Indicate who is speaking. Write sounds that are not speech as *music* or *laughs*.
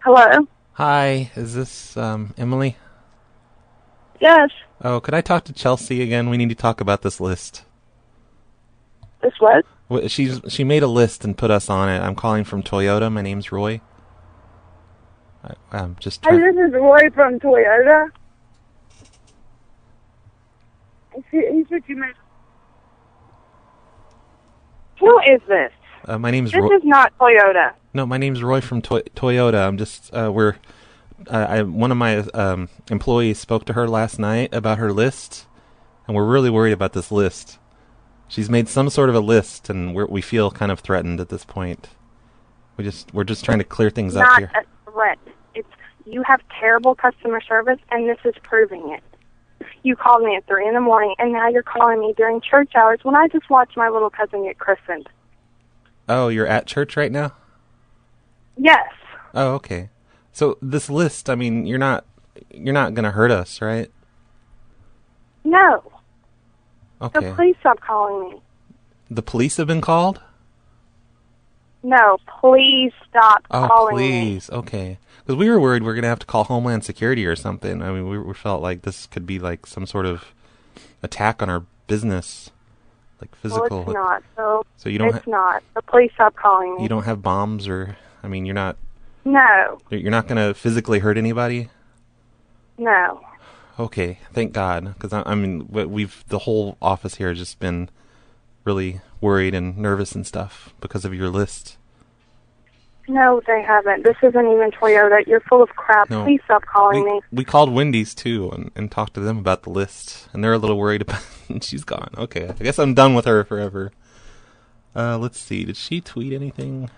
Speaker 1: Hello.
Speaker 2: Hi, is this um, Emily?
Speaker 1: Yes.
Speaker 2: Oh, could I talk to Chelsea again? We need to talk about this list.
Speaker 1: This what?
Speaker 2: Wh- She's she made a list and put us on it. I'm calling from Toyota. My name's Roy. I, I'm just
Speaker 1: Hi,
Speaker 2: trying.
Speaker 1: this is Roy from Toyota. Is he- He's what you meant. Who is this?
Speaker 2: Uh, my name's
Speaker 1: This
Speaker 2: Roy.
Speaker 1: is not Toyota.
Speaker 2: No, my name's Roy from Toy- Toyota. I'm just uh, we're uh, I one of my um, employees spoke to her last night about her list, and we're really worried about this list. She's made some sort of a list, and we're, we feel kind of threatened at this point. We just we're just trying to clear things up
Speaker 1: not
Speaker 2: here.
Speaker 1: a threat. It's you have terrible customer service, and this is proving it. You called me at three in the morning, and now you're calling me during church hours when I just watched my little cousin get christened.
Speaker 2: Oh, you're at church right now.
Speaker 1: Yes.
Speaker 2: Oh, okay. So this list, I mean, you're not you're not gonna hurt us, right?
Speaker 1: No. So
Speaker 2: Okay.
Speaker 1: please stop calling me.
Speaker 2: the police have been called.
Speaker 1: No, please stop
Speaker 2: Oh,
Speaker 1: calling me.
Speaker 2: please. Okay. Because we were worried we are going to have to call Homeland Security or something. I mean, we, we felt like this could be like some sort of attack on our business, like
Speaker 1: Well,
Speaker 2: physical.
Speaker 1: it's not. So,
Speaker 2: So you don't
Speaker 1: it's
Speaker 2: ha-
Speaker 1: not. So please stop calling me.
Speaker 2: you don't have bombs or I mean, you're not
Speaker 1: No,
Speaker 2: you're not going to physically hurt anybody.
Speaker 1: no.
Speaker 2: Okay, thank God. Because I, I mean, we- we've the whole office here has just been really worried and nervous and stuff because of your list.
Speaker 1: No, they haven't. This isn't even Toyota. You're full of crap.
Speaker 2: No.
Speaker 1: Please stop calling
Speaker 2: we,
Speaker 1: me.
Speaker 2: we called Wendy's too and, and talked to them about the list, and they're a little worried about. *laughs* she's gone. Okay, I guess I'm done with her forever. Uh, let's see. Did she tweet anything?